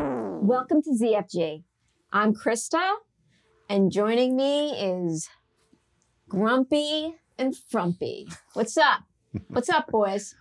Welcome to ZFG. I'm Krista, and joining me is Grumpy and Frumpy. What's up? What's up, boys?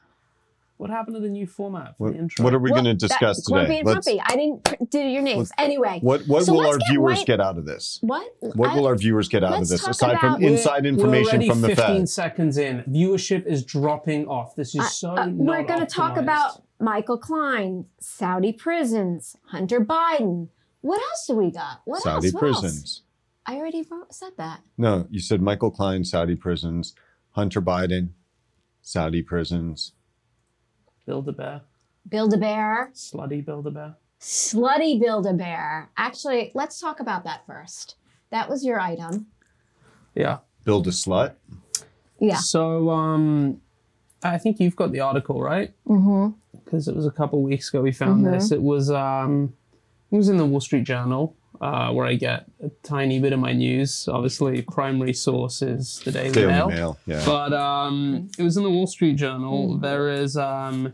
What happened to the new format for What, the intro? what are we Well, going to that- discuss Grumpy today? and Frumpy. I didn't pr- do your names. Anyway, what what So will let's our get viewers right- get out of this? what? What I- uh, will our viewers get out of let's this talk aside about- from We're- inside information from the 15 Fed? seconds in. Viewership is dropping off. This is I- so uh, we're going to talk about Michael Klein, Saudi prisons, Hunter Biden. What else do we got? What Saudi else? What else? prisons. I already wrote, said that. No, you said Michael Klein, Saudi prisons, Hunter Biden, Saudi prisons. Build a bear. Build a bear, Slutty Build a bear. slutty build a bear. Actually, let's talk about that first. That was your item. Yeah. Build a slut. Yeah. So um I think you've got the article, right? Mm-hmm. Because it was a couple weeks ago we found Mhm. this. It was um it was in the Wall Street Journal. Uh, where I get a tiny bit of my news. Obviously, primary source is the Daily, Daily Mail. Mail. Yeah. But um, it was in the Wall Street Journal. Hmm. There is um,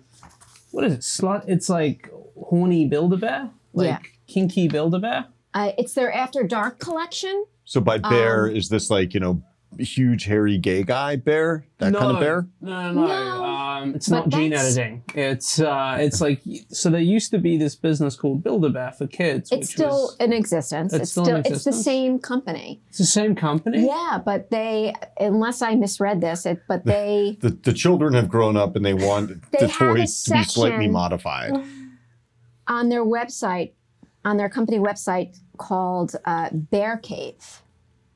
what is it? Slut. It's like horny Build-A-Bear, like Yeah. kinky Build-A-Bear. Uh, it's their After Dark collection. so by bear, um, is this like, you know, huge, hairy, gay guy bear? That kind of bear? No, no, no. No. Um, it's But not gene that's- editing. It's uh, it's like so. There used to be this business called Build-A-Bear for kids. It's which still was- in existence. It's It's still still, in it's the existence? same company. it's the same company. Yeah, but they unless I misread this, it, but they The, the children have grown up and they want They the had a toys to be slightly section- modified. on their website, on their company website called uh, Bear Cave,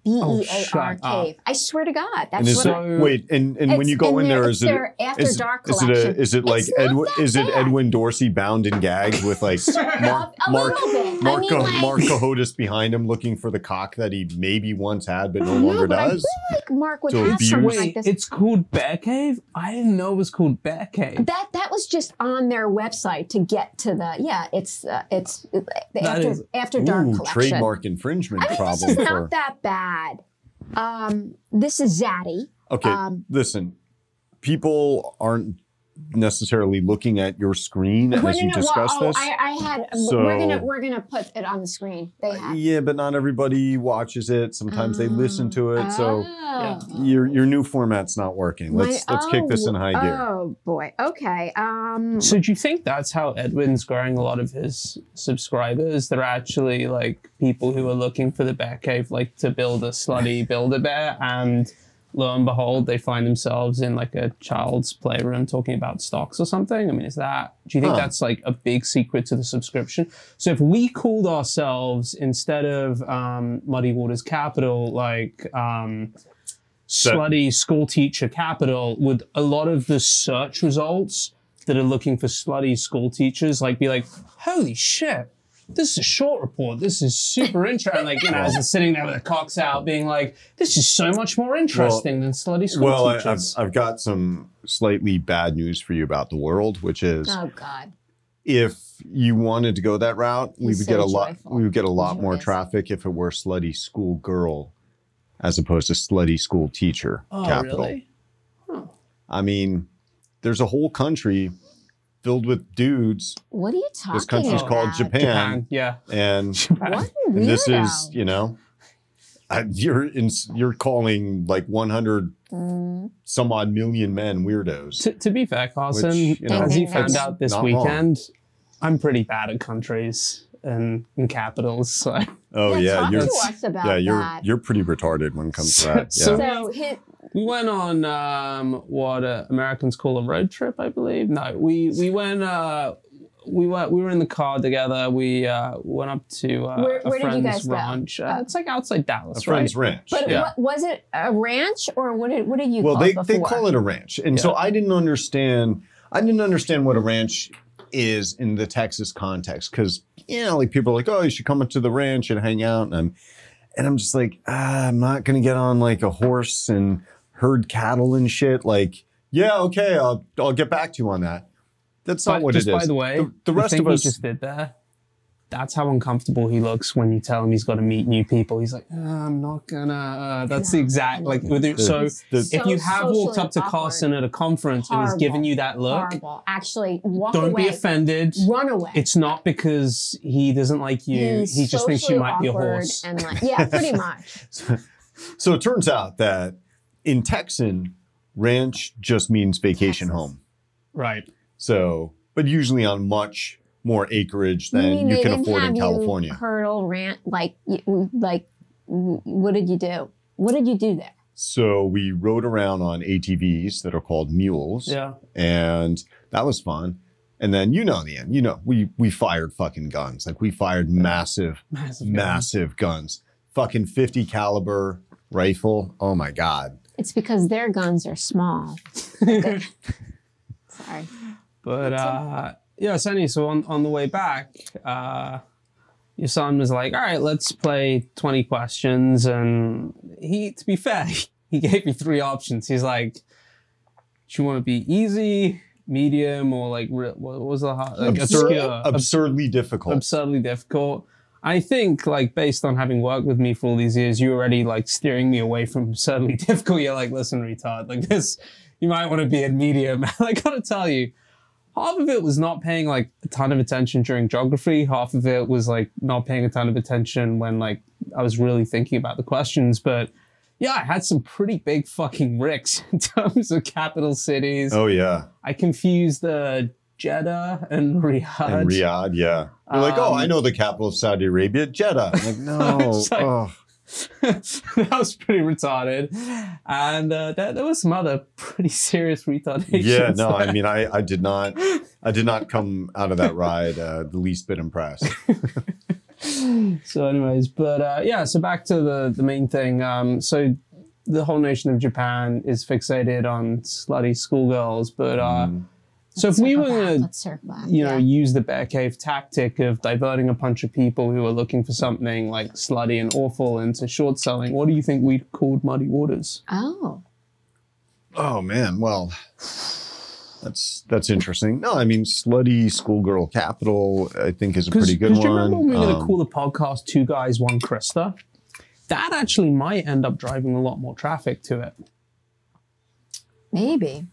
B E A Oh, shut R up. Cave. I swear to God, that's And is what. there- I, I- it, wait, and, and when it's you go in in their- there, it's is it their After is, Dark is it collection. a, is it like It's not Edwin that is it bad. Edwin Dorsey bound and gagged with like Mark a Mark little bit. Mark, I mean, like, Mark Cahotis behind him looking for the cock that he maybe once had but no no, longer but I does? feel like Mark would To have something abuse. like Wait, this. it's called Bear Cave. I didn't know it was called Bear Cave. That that was just on their website to get to the yeah. It's uh, it's uh, the That after is- after dark Ooh, collection. trademark infringement I mean, problem this is for not that bad. Um, this is Zaddy. Okay, Um, listen. People aren't necessarily looking at your screen Well, as no, you no, well, discuss oh, this. I, I had. we're gonna So- we're gonna put it on the screen. They have. yeah, but not everybody watches it. Sometimes they listen to it. So Oh. your your new format's not working. My- Let's let's kick this in oh, high gear. Oh boy. Okay. Um. So do you think that's how Edwin's growing a lot of his subscribers? They're actually like people who are looking for the bear cave, like to build a slutty build a bear, and lo and behold, they find themselves in like a child's playroom talking about stocks or something. I mean, is that? Do you think Huh. that's like a big secret to the subscription? So if we called ourselves instead of um, Muddy Waters Capital, like. Um, Slutty school teacher capital would a lot of the search results that are looking for slutty school teachers like be like, holy shit, this is a short report. This is super interesting. like, you know, as I'm sitting there with the cocks out, being like, this is so much more interesting than slutty school Well, I, I've, teachers. I've got some slightly bad news for you about the world, which is Oh God. if you wanted to go that route, we He's would so get a lot joyful. we would get a lot Enjoy more this. traffic if it were slutty school girl as opposed to slutty school teacher oh, capital. really? Huh. I mean, there's a whole country filled with dudes. What are you talking This country's about? called Japan, Japan, yeah. and What a and this weirdo. is, you know, I, you're in, you're calling like 100 Mm. some odd million men weirdos. To, to be fair, Carson, Which, you know, as he it's found out this not wrong. weekend, I'm pretty bad at countries and, and capitals. So. Oh yeah, talk you're to us about yeah, you're that. you're pretty retarded when it comes to So- that. Yeah. so- so hit. We went on um, what uh, Americans call a road trip, I believe. No, we we went. Uh, we were we were in the car together. We uh, went up to uh, Where- where a did you friend's guys go? ranch. Uh, it's like outside a Dallas, right? friend's ranch. But Yeah. what, was it a ranch or what did what did you well, call they, it before? they call it a ranch, and so Yeah. I didn't understand. I didn't understand what a ranch is in the Texas context because you know, like people are like, oh, you should come up to the ranch and hang out, and I'm, and I'm just like, ah, I'm not gonna get on like a horse and herd cattle and shit. Like, yeah, okay, I'll I'll get back to you on that. That's not But what just it is. by the way, the, the rest thing of he us just did there that's how uncomfortable he looks when you tell him he's got to meet new people. He's like, "Uh, I'm not gonna. Uh, that's the No, exact like. with it- So It's the- if you have walked socially up to awkward, Carson at a conference and he's given Horrible. you that look, horrible. Actually, walk don't away. be offended. Run away. It's not because he doesn't like you. He's he just thinks socially you might be a awkward horse. And like, yeah, pretty much. So it turns out that in Texan, ranch just means vacation Texas. home. right. So, but usually on much more acreage You than mean you, they can didn't afford have in you California. Hurdle rant like you, like w- what did you do? What did you do there? So we rode around on ATVs that are called mules, Yeah. and that was fun. And then you know, the end, you know, we we fired fucking guns. Like we fired massive, Massive. massive guns, fucking fifty caliber rifle. Oh my god. It's because their guns are small. Sorry. But uh, yeah, so anyway, so on, on the way back, uh, your son was like, "All right, let's play twenty questions." And he, to be fair, he gave me three options. He's like, "Do you want to be easy, medium, or like re- what was the hard, like Absurd- obscure, absurdly difficult. absurdly difficult?" I think, like, based on having worked with me for all these years, you're already like steering me away from absurdly difficult. You're like, "Listen, retard, like this, you might want to be in medium." I gotta tell you half of it was not paying like a ton of attention during geography half of it was like not paying a ton of attention when like i was really thinking about the questions but yeah i had some pretty big fucking ricks in terms of capital cities oh yeah. i confused the jeddah and riyadh, And Riyadh, yeah. You're like, oh, Um, I know the capital of Saudi Arabia, Jeddah. I'm like, no. It's like- oh. that was pretty retarded and uh, there, there was some other pretty serious retardations Yeah, no, I there. mean, I, I did not, I did not come out of that ride uh, the least bit impressed. so anyways but uh, yeah so back to the the main thing um, so the whole nation of japan is fixated on slutty schoolgirls but uh, Mm. so if we were Circle back. going to let's circle back. you know yeah. use the bear cave tactic of diverting a bunch of people who are looking for something like slutty and awful into short selling what do you think we called muddy waters Oh, Oh man, well, that's that's interesting. No, I mean, slutty schoolgirl capital, I think is a because pretty do good you one. remember when we were going to Um, call the podcast two guys one krista that actually might end up driving a lot more traffic to it maybe.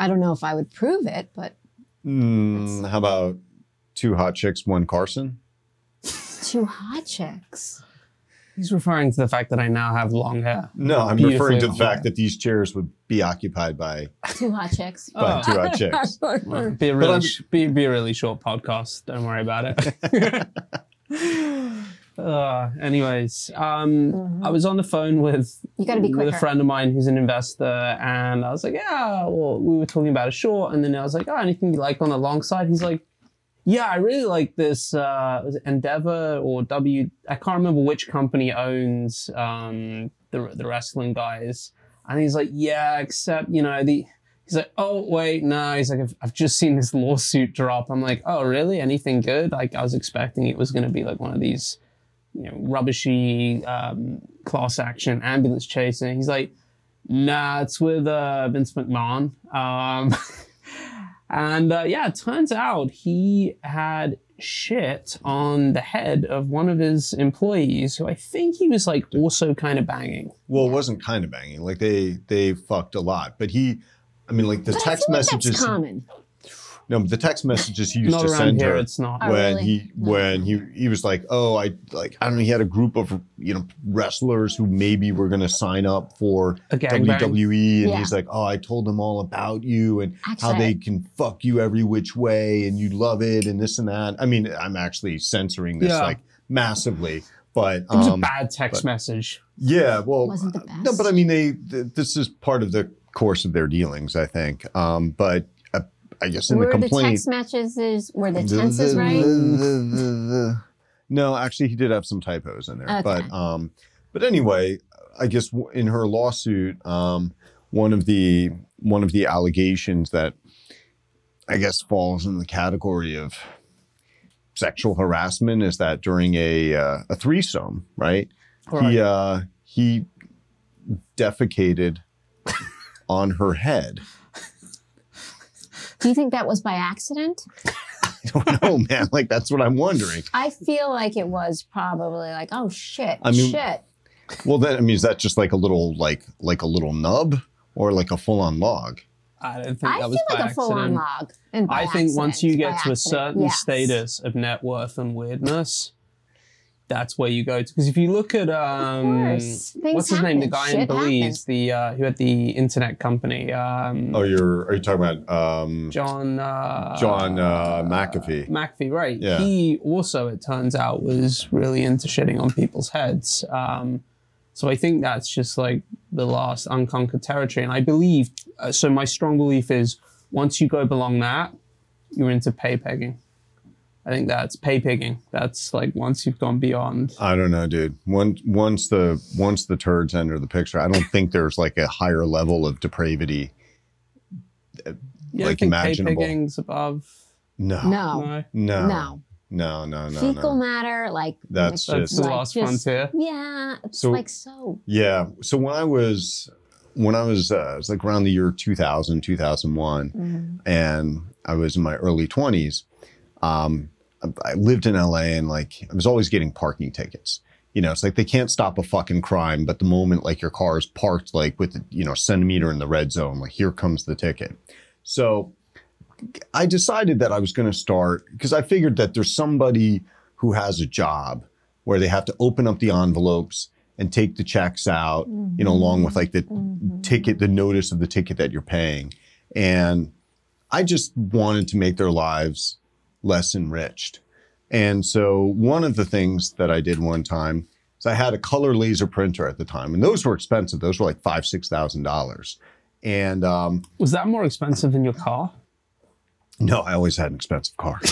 I don't know if I would prove it, but hmm, how about two hot chicks, one Carson? two hot chicks. He's referring to the fact that I now have long hair. No, I'm Beautifully referring to the long hair. fact that these chairs would be occupied by Two hot chicks. by Oh. two hot chicks. Be a really I'm- sh- be, be a really short podcast. Don't worry about it. uh, anyways, um, I was on the phone with You gotta be with a quicker. friend of mine who's an investor, and I was like, yeah, well, we were talking about a short, and then I was like, oh, anything you like on the long side? He's like, yeah, I really like this. Uh, was it Endeavor or W? I can't remember which company owns um, the the wrestling guys. And he's like, yeah, except you know the. He's like, oh wait, no. He's like, I've, I've just seen this lawsuit drop. I'm like, oh really? Anything good? Like I was expecting it was going to be like one of these, you know, rubbishy um, class action ambulance chasing. He's like, nah, it's with uh, Vince McMahon. Um, and uh, yeah, it turns out he had shit on the head of one of his employees, who I think he was like also kind of banging. Well, it wasn't kind of banging. Like they they fucked a lot, but he, I mean, like the But I text feel like messages. That's common. no, the text messages he used Not to around send here, her it's not. Oh, when really? he No. when he he was like, oh, I like I don't know. He had a group of you know wrestlers who maybe were going to sign up for A gangbang. WWE, and Yeah. he's like, oh, I told them all about you and Actually, how they can fuck you every which way, and you love it, and this and that. I mean, I'm actually censoring this Yeah. like massively, but It was a um, bad text but- message. yeah, well, wasn't the No, but I best. mean, they. Th- this is part of the course of their dealings, I think. Um, but uh, I guess in were the the complaint, text messages were the tenses right? No, actually, he did have some typos in there. Okay. But um, but anyway, I guess w- in her lawsuit, um, one of the one of the allegations that I guess falls in the category of sexual harassment is that during a uh, a threesome, right? He uh, he defecated on her head. Do you think that was by accident? don't know, man. Like that's what I'm wondering. I feel like it was probably like, oh shit, I mean- shit. Well, then I mean, is that just like a little like like a little nub or like a full on log? I don't think I that feel was by like a full on accident. log. And by I think once accident, you by get to a accident, certain yes. status of net worth and weirdness, that's where you go to. Because if you look at um, course. what's Things his name, the happen. guy in Shit Belize, happens. the uh, who had the internet company, um, Oh, you're are you talking about um, John uh, John uh, McAfee? McAfee, right? Yeah. He also, it turns out, was really into shitting on people's heads. Um, so I think that's just like the last unconquered territory. And I believe, uh, so my strong belief is once you go belong that, you're into pay pegging. I think that's pay pigging. That's like once you've gone beyond. I don't know, dude. Once once the once the turds enter the picture, I don't think there's like a higher level of depravity. Yeah, I Like, think imaginable. pay pigging's above. Oh, No, No, No. no, no. no, no, no. Fecal no. matter, like That's like, That's just the like, last just- frontier. Yeah, it's So- like so. yeah. So when I was when I was uh, it was like around the year 2000, 2001, Mhm. and I was in my early 20s. Um, I- I lived in LA and like I was always getting parking tickets. You know, it's like they can't stop a fucking crime, but the moment like your car is parked like with you know a centimeter in the red zone, like here comes the ticket. So I decided that I was going to start because I figured that there's somebody who has a job where they have to open up the envelopes and take the checks out, you know, along with like the Mhm. ticket, the notice of the ticket that you're paying. And I just wanted to make their lives less enriched. And so one of the things that I did one time is I had a color laser printer at the time, and those were expensive. Those were like five, six thousand dollars. And um, Was that more expensive than your car? no, I always had an expensive car.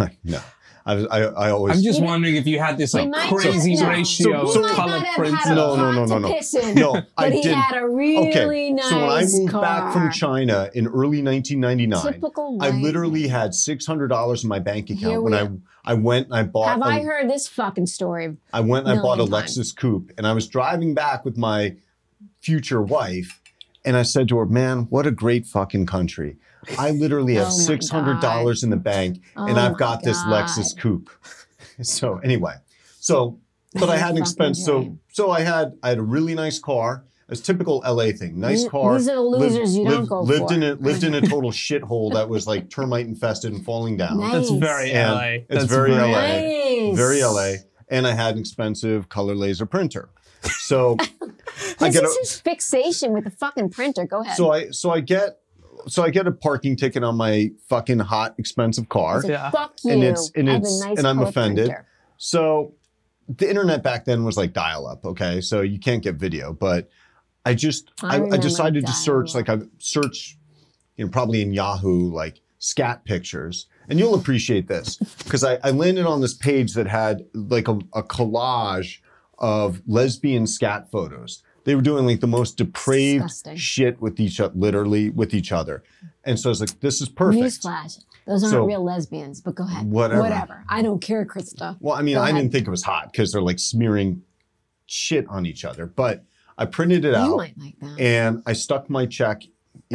Like, no, I was, I, I always. I'm just You know- wondering if you had this We like might not crazy know. ratio So- so- He of might color not have prints. had a No, no, no, pot to no, no. piss in, no, I but he did. had a really nice so when I moved car. back from China in early 1999, Typical I white. literally had six hundred dollars in my bank Here account we when I I went and I bought Have a- I heard this fucking story? I went and I bought a million times. Lexus coupe and I was driving back with my future wife and I said to her, "Man, what a great fucking country. I literally have Oh my six hundred dollars in the bank and Oh I've my got this God. Lexus coupe." so anyway, so but I had an Fucking expense. So dream. so I had I had a really nice car. It's typical LA thing. Nice These- car. these are the losers you don't go lived for. in a lived in a total shithole that was like termite infested and falling down. Nice. That's very And LA. it's That's very LA. Nice. very LA, and I had an expensive color laser printer. So I This get is a, his fixation with the fucking printer. Go ahead. so I so I get so I get a parking ticket on my fucking hot expensive car. It's like, Yeah. Fuck you. And it's- and I have a it's- nice and I'm color offended. printer. So the internet back then was like dial up, okay? So you can't get video, but I just I I, I, remember decided to search dial-up. like I search you know probably in Yahoo like scat pictures. And you'll appreciate this because I, I landed on this page that had like a, a collage of lesbian scat photos. They were doing like the most depraved Disgusting. shit with each other, literally with each other. And so I was like, this is perfect. Newsflash. Those aren't So- real lesbians, but go ahead. Whatever. I don't care, Krista. Well, I mean, Go I ahead. didn't think it was hot because they're like smearing shit on each other. But I printed it You out might like that. and I stuck my check.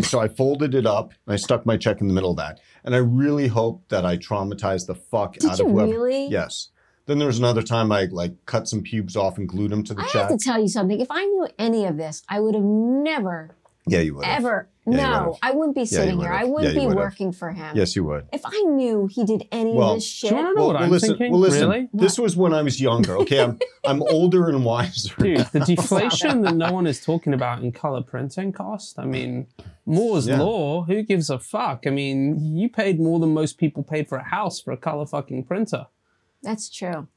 So I folded it up and I stuck my check in the middle of that. And I really hope that I traumatized the fuck Did out you of whoever. really? Yes. Then there was another time I like cut some pubes off and glued them to the I check. have to tell you something. If I knew any of this, I would have never, yeah, you would. have. ever. Yeah, you no, would've. I wouldn't be sitting here. would've. I wouldn't Yeah, you be would've. working for him. Yes, you would. If I knew he did any Well, of this Do shit, you want to know what I'm listen, thinking? well, listen. Really? This was when I was younger. Okay, I'm I'm older and wiser. Dude, the deflation that no one is talking about in color printing cost. I mean, Moore's Yeah. law. Who gives a fuck? I mean, you paid more than most people paid for a house for a color fucking printer. that's true.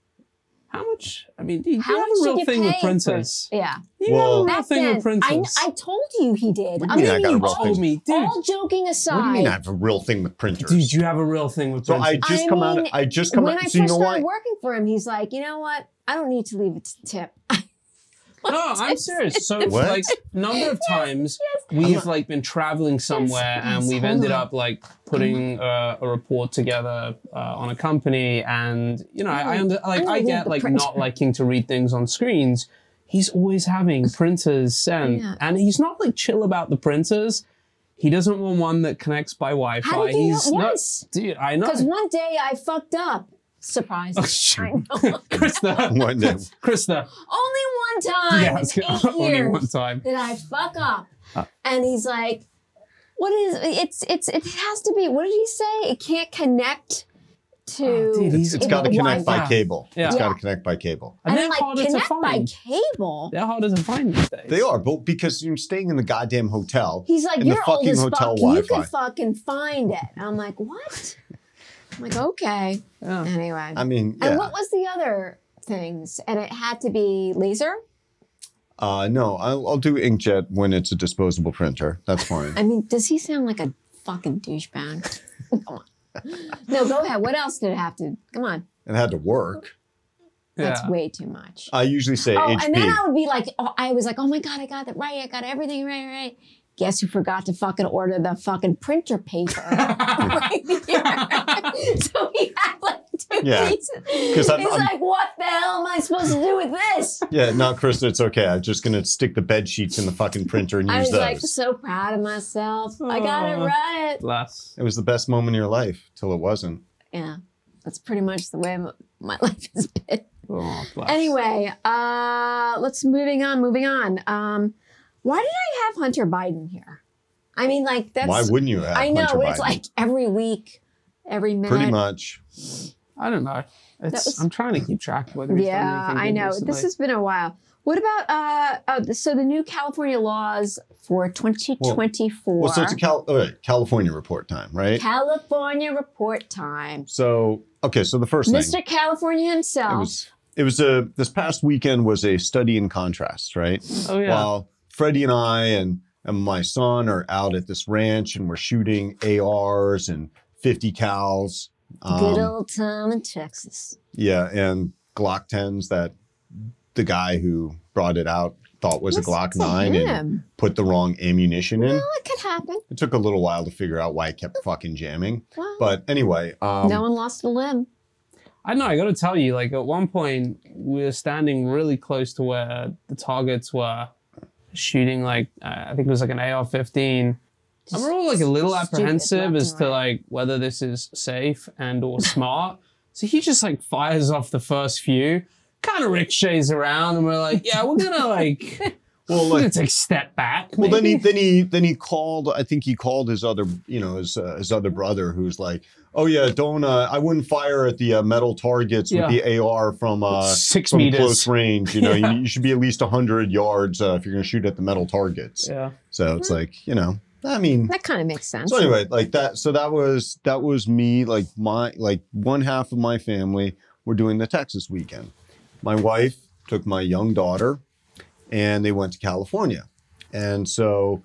How much? I mean, dude, you How have much a real did you thing pay with for- printers. Yeah. You Well- have a real Back thing then, with I, printers. I told you he did. What I do you mean mean, I got a real all, Told me, dude. all joking aside, What do you mean I have a real thing with printers? Dude, you have a real thing with so printers. I just I come out. mean, I just come when out. I so you first know started why? working for him, he's like, you know what? I don't need to leave it to tip. No, I'm serious. So What? like number of times I'm we've not- like been traveling somewhere yes, and we've hold ended on. up like putting uh, a report together uh, on a company and you know I, I under, like gonna I read get the like print. not liking to read things on screens. He's always having printers sent Yeah. and he's not like chill about the printers. He doesn't want one that connects by Wi How Fi. did you know? He's not. Yes. Dude, I know. Because one day I fucked up. Surprise. Oh, shoot. I know. Krista. One day. Krista. Only one time Yeah, in eight only years one time. did I fuck up. Ah. and he's like, "What is? It's it's it has to be. What did he say? It can't connect to. Oh, dude, he's- Ah, It's, it's got to connect by Wi-Fi. cable. Yeah. It's got to Yeah. connect by cable. And And they're I'm like, harder to connect by find. cable. They're harder to find these days. They are, but because you're staying in the goddamn hotel. He's like, and you're the old fucking as fuck. hotel You Wi-Fi. can fucking find it. I'm like, what? I'm like, okay. Yeah. Anyway. I mean, yeah. And what was the other things? And it had to be laser. Uh, no, I'll, I'll do inkjet when it's a disposable printer. That's fine. I mean, does he sound like a fucking douchebag? Come on. No, go ahead. What else did it have to? Come on. it had to work. That's Yeah. way too much. I usually say oh, HP. and then I would be like, oh, I was like, oh my god, I got it right. I got everything right, right. Guess who forgot to fucking order the fucking printer paper? right here. so he had like two Yeah. pieces. 'Cause He's I'm- I'm- like, what the hell am I supposed to do with this? yeah, no, Chris, it's okay. I'm just gonna stick the bed sheets in the fucking printer and I use was those. like so proud of myself. I got it Aw. right. Less. it was the best moment in your life till it wasn't. Yeah, that's pretty much the way my- my life has been. Oh, bless. Anyway, uh, let's moving on. Moving on. Um, why did I have Hunter Biden here? I mean, like that's Why wouldn't you have? I know Hunter it's Biden? like every week, every minute. pretty much. I don't know. It's, was- I'm trying to keep track of whether he's Yeah, done anything I good know. recently. This has been a while. What about uh? Oh, th- so the new California laws for 2024. Well, so it's a Cal- all right, California report time, right? California report time. so okay, so the first thing. Mr. California It himself. was it was a this past weekend was a study in contrast, right? Oh yeah. While Freddie and I and, and my son are out at this ranch and we're shooting ARs and 50 cals. Good Um, old Tom in Texas. yeah, and Glock 10s that the guy who brought it out thought was a Listen Glock to 9 and him. put the wrong ammunition in. Well, it could happen. It took a little while to figure out why it kept fucking jamming. Well, But anyway, um, no one lost a limb. I know. I got to tell you, like at one point, we were standing really close to where the targets were shooting. Like uh, I think it was like an AR-15. And we're all like a little Stupid apprehensive left as and to right. like whether this is safe and or smart. so he just like fires off the first few, kind of ricochets around, and we're like, yeah, we're gonna like we're well, like, gonna take a step back. Well, then maybe. he then he then he called. I think he called his other, you know, his uh, his other brother, who's like, "Oh yeah, don't. Uh, I wouldn't fire at the uh, metal targets Yeah. with the AR from uh, Six from meters. close range. You know, Yeah. you, you should be at least hundred yards uh, if you're going to shoot at the metal targets." yeah. So it's like, you know, I mean. That kind of makes sense. So anyway, like that. So that was that was me. Like my like one half of my family were doing the Texas weekend. My wife took my young daughter, and they went to California, and so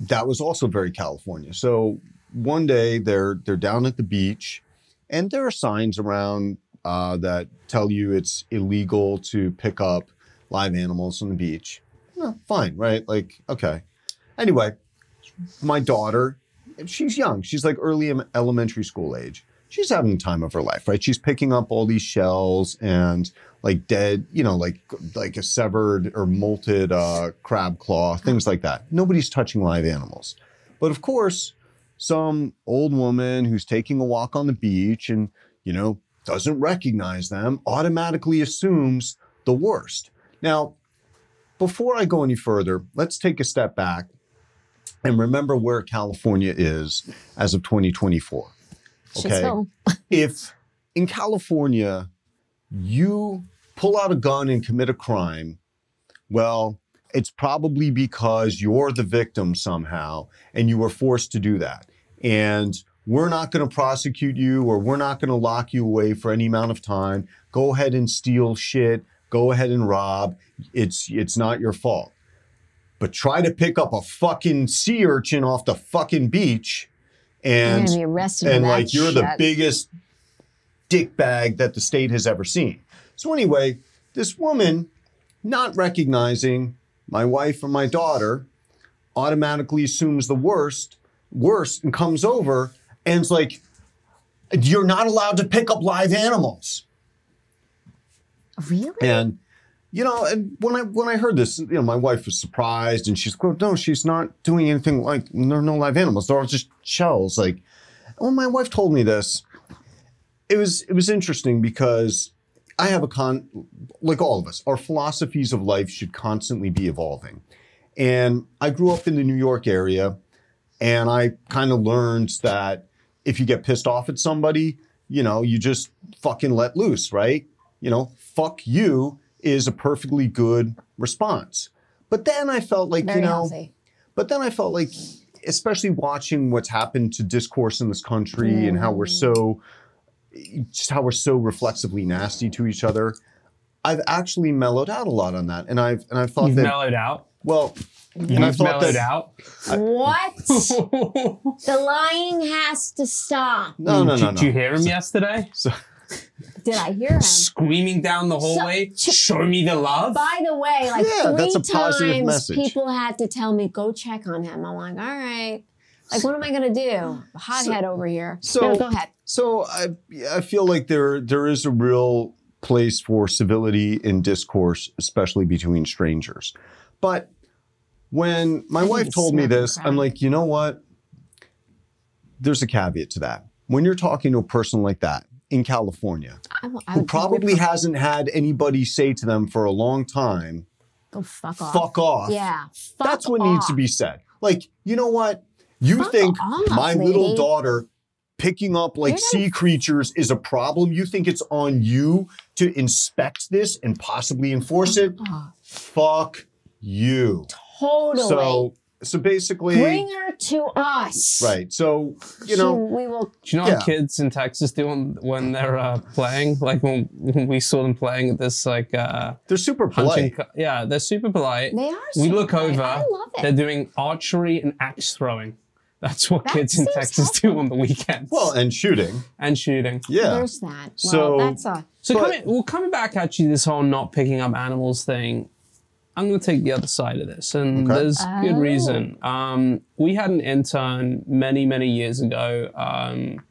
that was also very California. So one day they're they're down at the beach, and there are signs around uh, that tell you it's illegal to pick up live animals on the beach. Well, fine, right? Like okay. Anyway, my daughter, she's young. She's like early em- elementary school age. She's having the time of her life, right? She's picking up all these shells and like dead, you know, like like a severed or molted uh, crab claw, things like that. Nobody's touching live animals, but of course, some old woman who's taking a walk on the beach and you know doesn't recognize them automatically assumes the worst. Now, before I go any further, let's take a step back and remember where California is as of 2024. okay. Shitsville. If in California you pull out a gun and commit a crime, well, it's probably because you're the victim somehow and you were forced to do that. And we're not going to prosecute you or we're not going to lock you away for any amount of time. Go ahead and steal shit, go ahead and rob. It's it's not your fault. But try to pick up a fucking sea urchin off the fucking beach You're and gonna be arrested for and that like you're the shit. biggest dickbag that the state has ever seen. So anyway, this woman not recognizing my wife or my daughter automatically assumes the worst, worst, and comes over and's like, "You're not allowed to pick up live animals." Really? And You know, and when I when I heard this, you know, my wife was surprised, and she's like, "No, she's not doing anything like there are no live animals. They're all just shells." Like, when my wife told me this, it was it was interesting because I have a con, like all of us, our philosophies of life should constantly be evolving. And I grew up in the New York area, and I kind of learned that if you get pissed off at somebody, you know, you just fucking let loose, right? You know, fuck you is a perfectly good response. But then I felt like, Very you know, healthy. but then I felt like, especially watching what's happened to discourse in this country and how we're so, just how we're so reflexively nasty to each other, I've actually mellowed out a lot on that, and I've and I've thought You've that mellowed out. well, You've and I thought mellowed that out. What? the no, lying has to stop. no no no Did Mm, you no. hear him yesterday? Did I hear him? Screaming down the hallway, show me the love. By the way, like Yeah, three that's a positive times message. people had to tell me go check on him. I'm like, all right. Like, what am I gonna do? Hothead over here. so- no, go ahead. So I I feel like there there is a real place for civility in discourse, especially between strangers, but. When my I need wife to told me smoke and this, cry. I'm like, you know what? There's a caveat to that. When you're talking to a person like that in California, I, w- I would think who we'd probably hasn't had anybody say to them for a long time, go fuck off. fuck off. Yeah. Fuck That's what needs to off. be said. Like, you know what? You Fuck think off, my little lady. daughter picking up like You're not sea creatures is a problem? You think it's on you to inspect this and possibly enforce it? Oh, Fuck you. totally. So, so basically, Bring her to us. right. So, you She- know, we will. Do you know Yeah. what kids in Texas do when, when they're uh, playing? Like when, when we saw them playing at this like uh, they're super hunting. polite. Co- yeah, they're super polite. They are. we so look polite. over. I love it. They're doing archery and axe throwing. That's what That kids in seems Texas do helpful. on the weekends. Well, and shooting. and shooting. Yeah. There's that. Well, So- that's a. So But- coming, well, coming back actually, this whole not picking up animals thing, I'm going to take the other side of this, and Okay. there's good Oh. reason. Um, we had an intern many, many years ago. Um,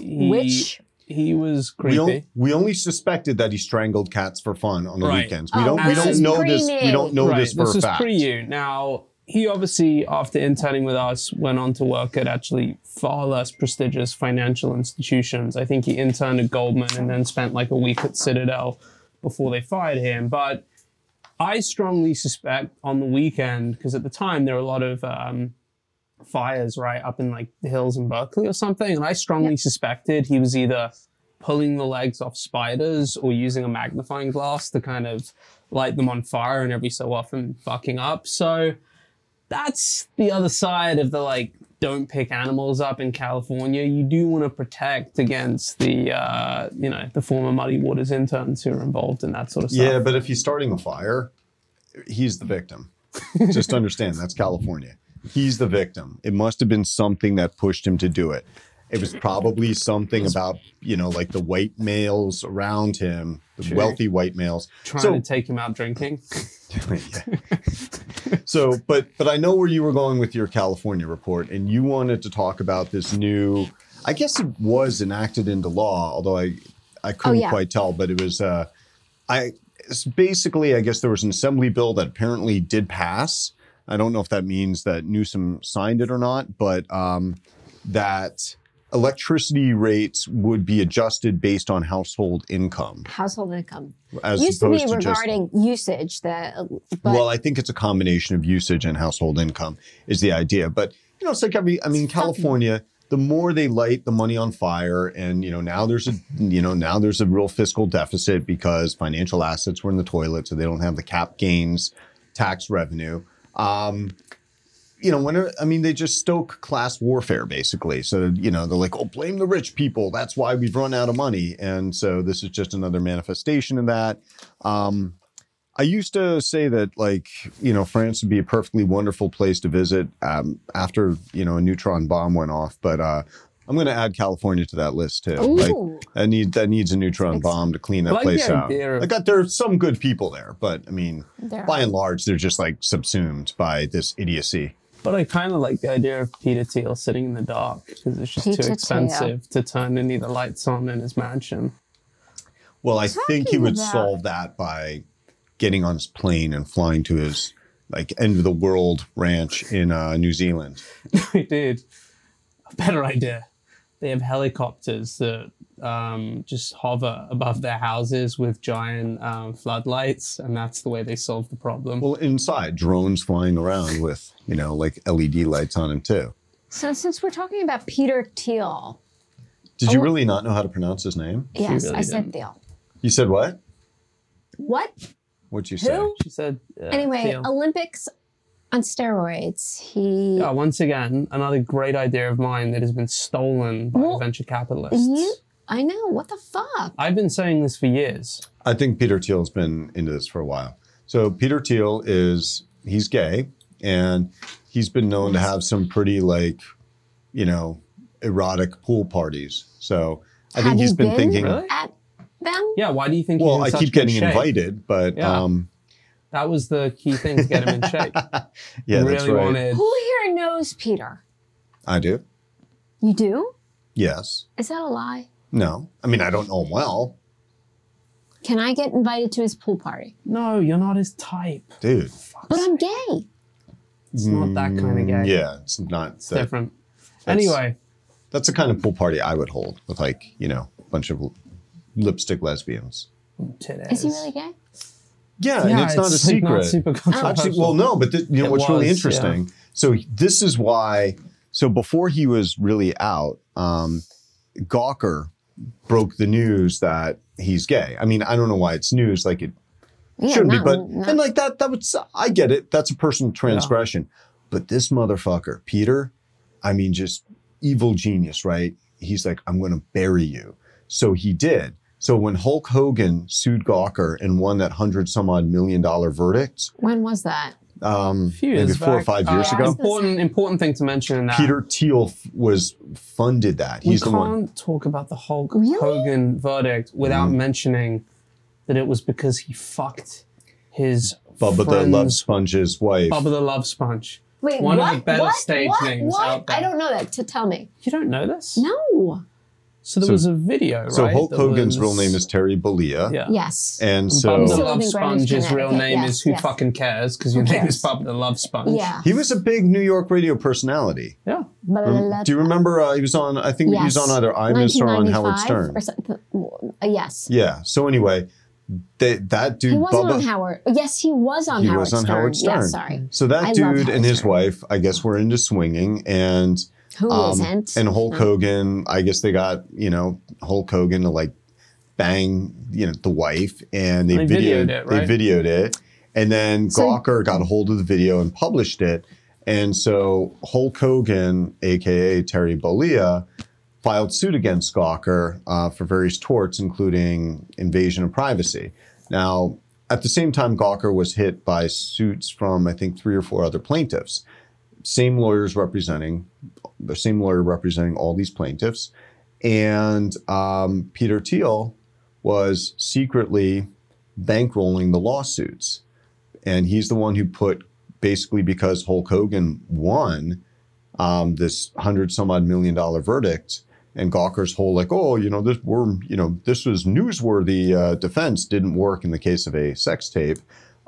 he, Which- he was We, creepy. on, we only suspected that he strangled cats for fun on the Right. weekends. We Oh, don't we this don't is know this we pre-me. don't know this for a was fact. pre you. Now, he obviously, after interning with us, went on to work at actually far less prestigious financial institutions. I think he interned at Goldman and then spent like a week at Citadel before they fired him. But I strongly suspect on the weekend, because at the time there were a lot of um, fires right up in like the hills in Berkeley or something, and I strongly suspected he was either pulling the legs off spiders or using a magnifying glass to kind of light them on fire and every so often fucking up. So that's the other side of the like don't pick animals up in California. You do want to protect against the uh, you know the former Muddy Waters interns who are involved in that sort of stuff. Yeah, but if he's starting a fire, he's the victim. Just understand that's California. He's the victim. It must have been something that pushed him to do it. It was probably something about, you know, like the white males around him, the Sure. wealthy white males. Trying So- to take him out drinking. Yeah. so, but but I know where you were going with your California report, and you wanted to talk about this new. I guess it was enacted into law, although I I couldn't Oh, yeah. quite tell. But it was uh, I it's basically I guess there was an assembly bill that apparently did pass. I don't know if that means that Newsom signed it or not, but um, that electricity rates would be adjusted based on household income Household income as used to be opposed to just regarding usage that, uh, but well, I think it's a combination of usage and household income is the idea. But you know, it's like every I mean, California, the more they light the money on fire, and you know, now there's a you know, now there's a real fiscal deficit because financial assets were in the toilet, so they don't have the cap gains tax revenue. Um you know, when I mean, they just stoke class warfare basically. So, you know, they're like, oh, blame the rich people. That's why we've run out of money. And so this is just another manifestation of that. Um, I used to say that, like, you know, France would be a perfectly wonderful place to visit um, after, you know, a neutron bomb went off. But uh, I'm going to add California to that list too. Like, Ooh. that need that needs a neutron bomb to clean that I like place the out. idea of- I got there are some good people there, but I mean, There by and large, they're just like subsumed by this idiocy. But I kind of like the idea of Peter Thiel sitting in the dark because it's just Peter too Thiel. expensive to turn any of the lights on in his mansion. Well, I think he Talking would about- solve that by getting on his plane and flying to his like end of the world ranch in uh, New Zealand. Dude, a better idea. They have helicopters that um, just hover above their houses with giant um, floodlights, and that's the way they solve the problem. Well, inside drones flying around with you know like LED lights on them too. So since we're talking about Peter Thiel, Did you Oh. really not know how to pronounce his name? yes, really I said didn't. Thiel. You said what? What? What'd you say? Who? she said. Uh, Anyway, Theo. Olympics on steroids. He Oh, once again, another great idea of mine that has been stolen by Well, venture capitalists. You, I know. What the fuck? I've been saying this for years. I think Peter Thiel's been into this for a while. So Peter Thiel is he's gay and he's been known to have some pretty like, you know, erotic pool parties. So I Have think he's you been, been? thinking. Really? At them? Yeah, why do you think? Well, I he's in keep such good getting shape? invited, but Yeah. um, That was the key thing to get him in shape. yeah, really that's right. wanted. Who here knows Peter? I do. You do? Yes. Is that a lie? No. I mean, I don't know him well, Can I get invited to his pool party? No, you're not his type. dude. But I'm gay. It's not that kind of Mm, gay. Yeah, it's not. it's that, different. that's- Anyway, that's the kind of pool party I would hold with like you know a bunch of l- lipstick lesbians. today Is he really gay? Yeah, Yeah, and it's, not a like, secret. super Actually, controversial. well, no, but th- you know It what's really was, yeah. interesting. So this is why. So before he was really out, um, Gawker broke the news that he's gay. I mean, I don't know why it's news. Like it Yeah, shouldn't not- be, but not- and like that. That was I get it. That's a personal transgression. But this motherfucker, Peter, I mean, just evil genius, right? He's like, I'm going to bury you. So he did. So when Hulk Hogan sued Gawker and won that hundred some odd million dollar verdict, when was that? um, A few maybe years four or back. Oh, five years Uh, ago. Important, important thing to mention in that. Peter Thiel f- was funded that. He's we can't the one. Mm-hmm. talk about the Hulk Really? Hogan verdict without mentioning that it was because he fucked his Bubba the friend's- Love Sponge's wife. Bubba the Love Sponge. Wait, One of what? the better what? stage what? names What? out there. I don't know that. To tell me. You don't know this? No. So there So- was a video. so right, Hulk that Hogan's was- real name is Terry Bollea. Yeah. Yes. And Bubba the So- so Love Living Greenwich, Sponge's real Connecticut, name is yes, who yes. fucking cares because your Who name is cares? Bubba the Love Sponge. yeah. he was a big New York radio personality. Yeah. Blah, blah, blah, Do you remember? Uh, he was on, I think he was Yes. on either IMIS or on Howard 1995 Stern. or something. Uh, yes. Yeah. So anyway, they, that dude, He wasn't Bubba. on Howard. Yes, he was on He Howard was on Stern. Howard Yeah, Stern. sorry. so that I love dude Howard and his Stern. wife, I guess, were into swinging. And Who Um, not And Hulk Hogan, I guess they got, you know, Hulk Hogan to like bang, you know, the wife and they, They videoed, videoed it, right? They videoed it. And then So- Gawker got a hold of the video and published it. And so Hulk Hogan, aka Terry Bollea, filed suit against Gawker uh, for various torts, including invasion of privacy. Now, at the same time, Gawker was hit by suits from, I think, three or four other plaintiffs. Same lawyers representing, the same lawyer representing all these plaintiffs. And um, Peter Thiel was secretly bankrolling the lawsuits. And he's the one who put basically because Hulk Hogan won um, this hundred some odd million dollar verdict. And Gawker's whole like, oh, you know, this were, you know, this was newsworthy uh, defense didn't work in the case of a sex tape.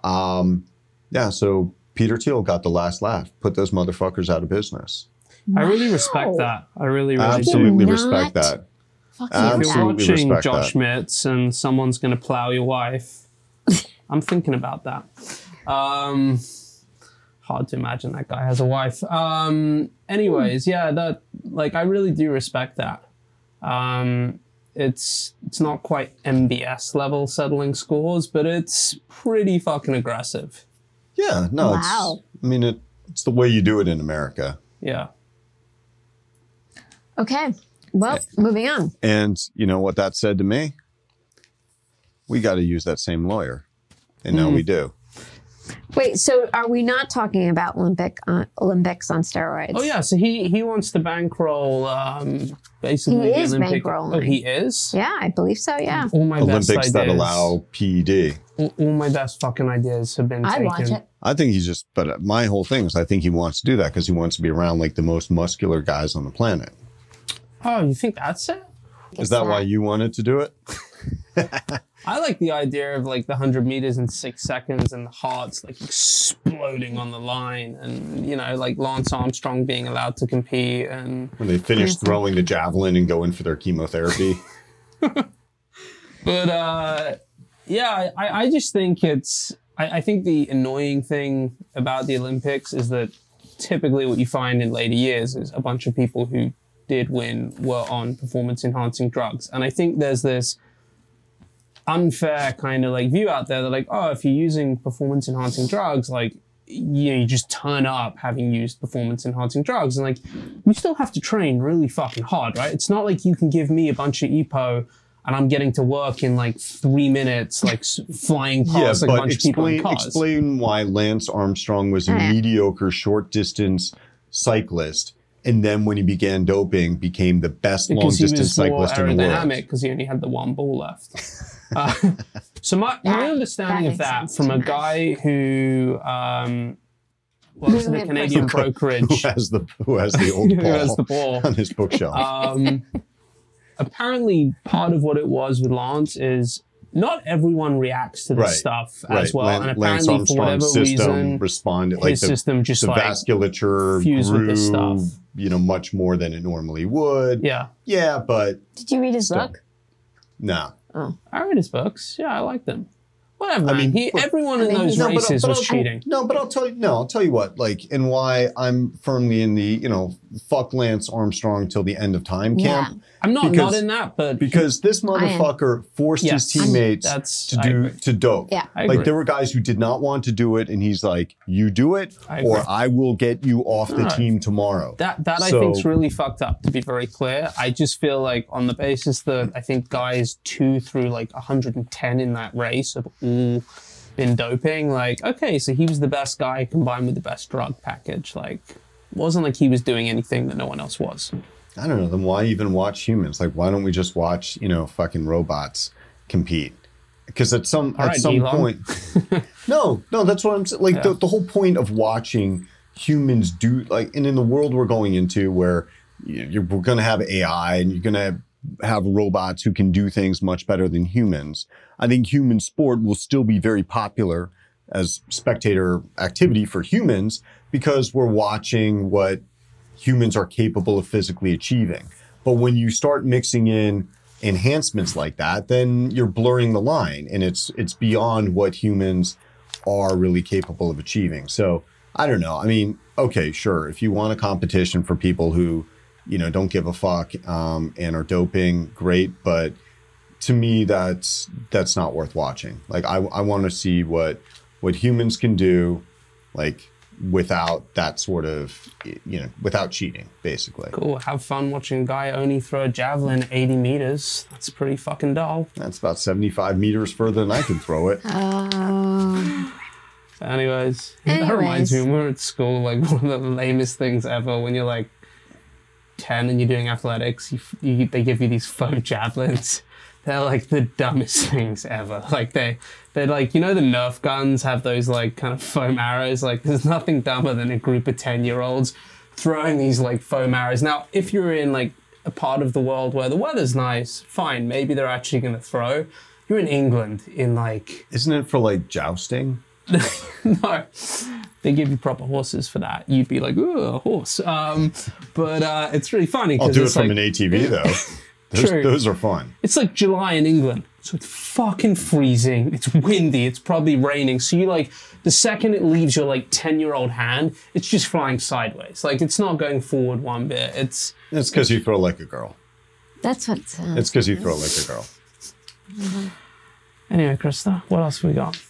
Um, yeah, so Peter Thiel got the last laugh, put those motherfuckers out of business. I really respect Wow. that. I really, really do. Absolutely not respect that. Fucking If you're Absolutely watching respect Josh that. Mitz and someone's going to plow your wife, I'm thinking about that. Um, hard to imagine that guy has a wife. Um, anyways, yeah, that like I really do respect that. Um, it's it's not quite MBS level settling scores, but it's pretty fucking aggressive. Yeah, no, Wow. it's, I mean, it, it's the way you do it in America. Yeah. Okay. Well, moving on. And you know what that said to me? We got to use that same lawyer. And now we do. Wait, so are we not talking about Olympic uh, Olympics on steroids? Oh yeah, so he he wants to bankroll um, basically He the is Olympic. bankrolling. Oh, he is. Yeah, I believe so. Yeah. All my Olympics best that ideas. allow E PED. all, all my best fucking ideas have been I'd taken. watch it. I think he's just, but my whole thing is I think he wants to do that because he wants to be around like the most muscular guys on the planet. Oh, you think that's it? Is that why you wanted to do it? I like the idea of like the hundred meters in six seconds and the hearts like exploding on the line, and you know like Lance Armstrong being allowed to compete, and When they finish throwing the javelin and go in for their chemotherapy. but uh, yeah, I, I just think it's. I, I think the annoying thing about the Olympics is that typically what you find in later years is a bunch of people who did win were on performance enhancing drugs, and I think there's this unfair kind of like view out there that like oh if you're using performance enhancing drugs like you know, you just turn up having used performance enhancing drugs and like you still have to train really fucking hard right it's not like you can give me a bunch of epo and i'm getting to work in like three minutes like s- flying yeah, past like a but bunch of explain people in cars explain why Lance Armstrong was a mediocre short distance cyclist, and then when he began doping, became the best long because he was distance more cyclist in the world. aerodynamic because he only had the one ball left. Uh, so my, my That- understanding that makes of that sense from to a me. guy who um, works at a Brilliant Canadian person. brokerage Who has the who has the old who ball has the ball. on his bookshelf? Um, apparently, part of what it was with Lance is not everyone reacts to this Right, stuff right, as well, Lan- and Lance apparently for whatever Armstrong's system reason, responded his like the, system just the like vasculature fused with grew, this stuff. you know, much more than it normally would. yeah. Yeah, but Did you read his Still. book? no. Oh, I read his books. Yeah, I like them. Whatever, man. mean, he, look, everyone in I mean, those no, but- races was I'll, cheating. No, but I'll tell you. No, I'll tell you what. Like, and why I'm firmly in the you know fuck Lance Armstrong till the end of time Yeah. camp I'm not Because- not in that, but because this motherfucker forced Yes, his teammates that's- to I do agree. to dope. Yeah. I like agree. there were guys who did not want to do it, and he's like, "You do it, I agree. or I will get you off the Alright. team tomorrow." that that I So- think's really fucked up. To be very clear, I just feel like on the basis that I think guys two through like 110 in that race have all been doping. Like, okay, so he was the best guy combined with the best drug package. Like, wasn't like he was doing anything that no one else was. I don't know. Then why even watch humans? Like, why don't we just watch you know fucking robots compete? Because at some All at right, some Elon. point, no, no, that's what I'm saying. Like the, Yeah. the whole point of watching humans do like, and in the world we're going into where you- you're, we're going to have AI and you're going to have robots who can do things much better than humans. I think human sport will still be very popular as spectator activity for humans because we're watching what humans are capable of physically achieving. But when you start mixing in enhancements like that, then you're blurring the line and it's it's beyond what humans are really capable of achieving. So I don't know. I mean, okay, sure. If you want a competition for people who, you know, don't give a fuck um, and are doping, great. But to me, that's that's not worth watching. Like I, I want to see what what humans can do, like without that sort of, you know, without cheating, basically. Cool. Have fun watching a guy only throw a javelin 80 meters. That's pretty fucking dull. That's about seventy five meters further than I can throw it. oh, Anyways, that reminds me, Anyways. when we were at school, like one of the lamest things ever when you're like 10 and you're doing athletics, you, f- you, they give you these faux javelins. They're like the dumbest things ever. Like they, they're like, you know, the Nerf guns have those like kind of foam arrows. Like there's nothing dumber than a group of 10 year olds throwing these like foam arrows. Now, if you're in like a part of the world where the weather's nice, fine, maybe they're actually going to throw. You're in England in like Isn't it for like jousting? no, they give you proper horses for that. You'd be like, ooh, a horse. Um, but uh, it's really funny I'll because do it it's from like an e- ATV though. Those, True. those are fun. it's like July in England, so it's fucking freezing. It's windy. It's probably raining. So you like the second it leaves your like ten year old hand, it's just flying sideways. Like it's not going forward one bit. It's It's because you throw like a girl. that's what uh, it sounds. It's because you throw like a girl. anyway, Krista. What else we got?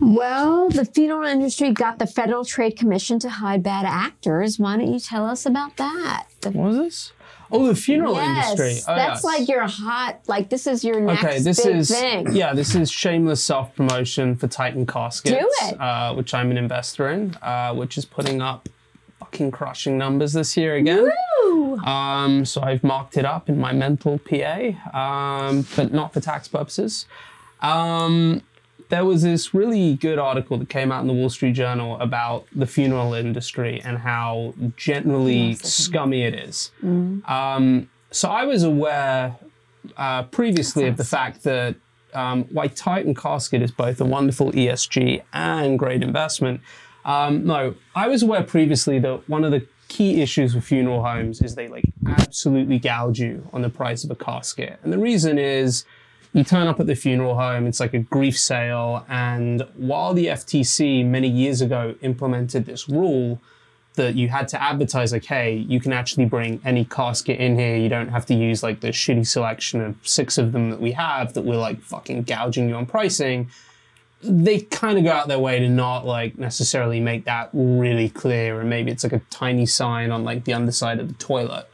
Well, the funeral industry got the Federal Trade Commission to hide bad actors. Why don't you tell us about that? The- What was this? Oh, the funeral yes, industry. Oh, that's yes. like your hot. Like this is your next Okay, this big is thing. yeah, this is shameless self promotion for Titan Caskets, Do it. Uh, which I'm an investor in, uh, which is putting up fucking crushing numbers this year again. Woo! Um, so I've marked it up in my mental PA, um, but not for tax purposes. Um, there was this really good article that came out in the Wall Street Journal about the funeral industry and how generally scummy it is. Um, so I was aware uh, previously of the fact that um, why Titan Casket is both a wonderful ESG and great investment. Um, no, I was aware previously that one of the key issues with funeral homes is they like absolutely gouge you on the price of a casket. And the reason is you turn up at the funeral home, it's like a grief sale. And while the FTC many years ago implemented this rule, that you had to advertise like, hey, you can actually bring any casket in here. You don't have to use like the shitty selection of six of them that we have that we're like fucking gouging you on pricing. They kind of go out their way to not like necessarily make that really clear, and maybe it's like a tiny sign on like the underside of the toilet.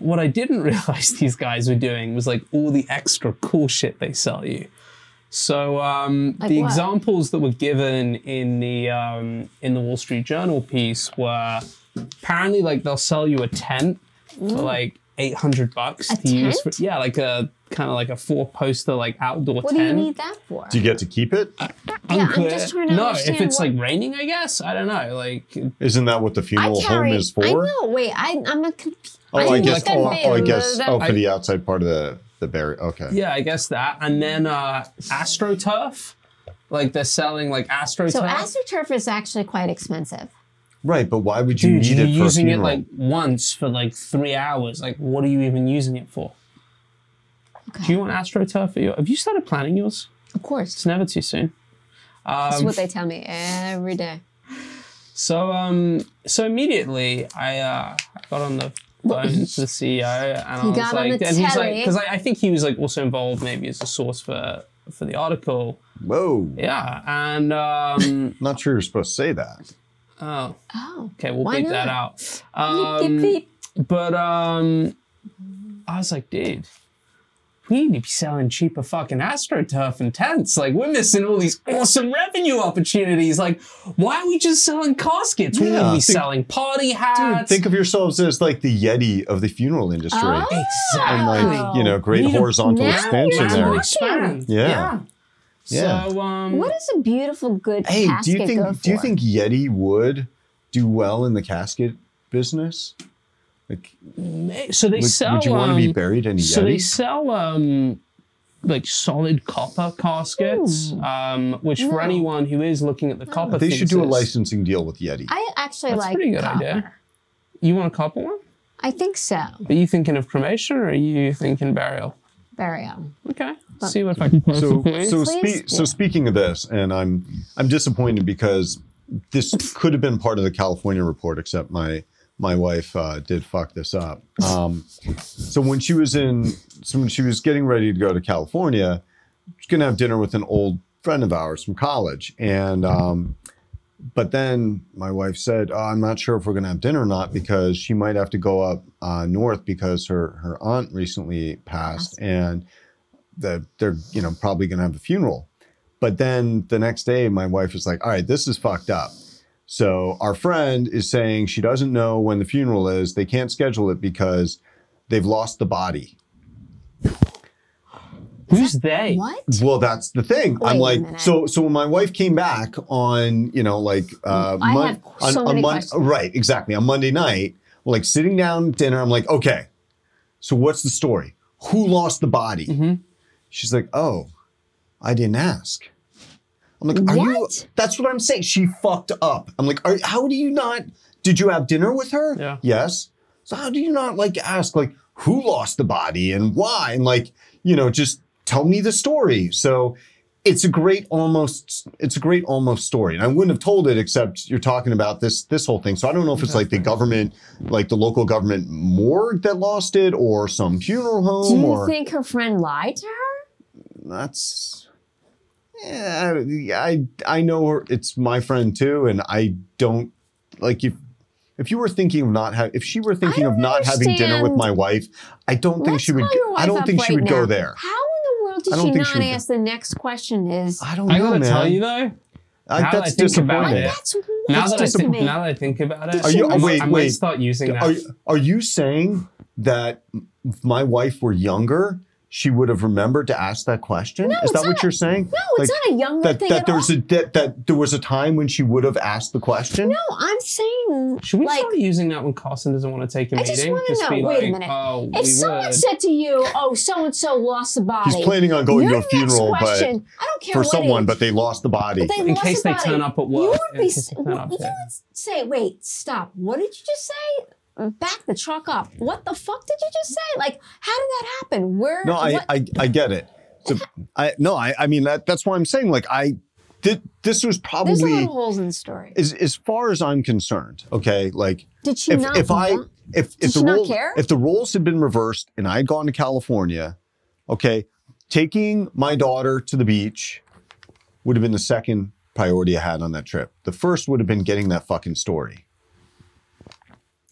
What I didn't realize these guys were doing was like all the extra cool shit they sell you. So um, Like the what? examples that were given in the um, in the Wall Street Journal piece were apparently like they'll sell you a tent for like eight hundred bucks A to use for tent? yeah, like a kind of like a four poster like outdoor What do you tent. need that for? Do you get to keep it? Yeah, I'm Unclear. just trying to no, understand if it's what- like raining, I guess I don't know. Like Isn't that what the I funeral carry. home is for? I know. Wait, I, I'm not confused. Oh, I'm I, guess. just Oh, confused. oh, I guess. Oh, I- for the outside part of the the barrier. Okay. yeah, I guess that. And then uh, AstroTurf, like they're selling like AstroTurf. So AstroTurf is actually quite expensive. Right, but why would you Dude, need you're it for a using it funeral? like once for like three hours. Like, what are you even using it for? Do Okay. you want AstroTurf? For your, have you started planning yours? Of course. It's never too soon. Um, That's what they tell me every day. So um, so immediately I uh, got on the phone to the CEO and I was got on like, the and he's like, telly. because I, I think he was like also involved maybe as a source for for the article. Whoa. Yeah, and um, Not sure you're supposed to say that. oh, Oh. okay, we'll Why beat that out. Um, But um, I was like, dude, we need to be selling cheaper fucking AstroTurf and tents. Like, we're missing all these awesome revenue opportunities. Like, why are we just selling caskets? we need Yeah, to be think- selling party hats. Think of yourselves as like the Yeti of the funeral industry. Oh. And exactly. like, you know, great Need a- horizontal now expansion you're there. talking. Expand. Yeah. yeah. So, um, What does a beautiful, good Hey, casket do you go think do you for? think Yeti would do well in the casket business? Like so they would, sell. would you want to be um, buried in a So they Yeti? sell um like solid copper caskets, um, which for No. anyone who is looking at the copper, they should do a thesis- licensing deal with Yeti. I actually That's like pretty good copper. idea. You want a copper one? I think so. Are you thinking of cremation or are you thinking burial? Burial. Okay, see what I can find. so so, Please? spe- so Yeah. speaking of this, and I'm I'm disappointed because this could have been part of the California report, except my my wife uh, did fuck this up. Um, so when she was in, so when she was getting ready to go to California, she's gonna have dinner with an old friend of ours from college, and um, but then my wife said, oh, I'm not sure if we're gonna have dinner or not because she might have to go up uh, north because her her aunt recently passed, and that they're you know probably going to have a funeral but then the next day my wife was like all right this is fucked up so our friend is saying she doesn't know when the funeral is they can't schedule it because they've lost the body Who's they? What? well that's the thing Wait i'm a like minute. so so when my wife came back on you know like uh I Mon- have so on many Mon- questions. right exactly on monday night like sitting down at dinner i'm like okay so what's the story who lost the body Mm-hmm. Mhm. She's like, "Oh, I didn't ask." I'm like, "Are you?" What? That's what I'm saying. She fucked up. I'm like, Are, "How do you not? Did you have dinner with her?" Yeah. Yes. So how do you not like ask like who lost the body and why and like you know just tell me the story. So it's a great almost it's a great almost story and i wouldn't have told it except you're talking about this this whole thing so i don't know if it's like the government like the local government morgue that lost it or some funeral Do home you or think her friend lied to her? that's yeah, I I know her, it's my friend too, and I don't like if if you were thinking of not having if she were thinking of don't not having dinner with understand. my wife, I don't think Let's she would. call your I wife don't up think she right would go now. there. How in the world I did don't she think she not would go- ask the next question? Is I don't I know, gotta man. tell you though. I- now that that's I think about disappointing. it, that's weird Now that, I to think, me. now that I think about it, Are you- I, might- wait, I might wait. start using that. Are you, are you saying that if my wife were younger, she would have remembered to ask that question? Is it's that what not. you're saying? No, it's not a young That thing that at there all. was a that, that there was a time when she would have asked the question. no, I'm saying Should we like start using that when Carson doesn't want to take a I meeting? just wanna know, wait be a like, minute. Oh, if we someone would. said to you, "Oh, so and so lost the body," He's planning on going your to a funeral, next but question, I don't care for what someone, age, but they lost the body. but they in lost case the they body. turn up at work. you would in be case s- they you turn up would there. say, "Wait, stop! What did you just say?" Back the truck up. What the fuck did you just say? Like, how did that happen? Where? No, I, what- I I get it. So, I no, I I mean that that's why I'm saying like I did this there's was a lot probably of holes in the story. as as far as I'm concerned, okay? Like Did she if not? if I want- if Did if the she not role, care? if the roles had been reversed and I had gone to California, okay, taking my daughter to the beach would have been the second priority I had on that trip. The first would have been getting that fucking story.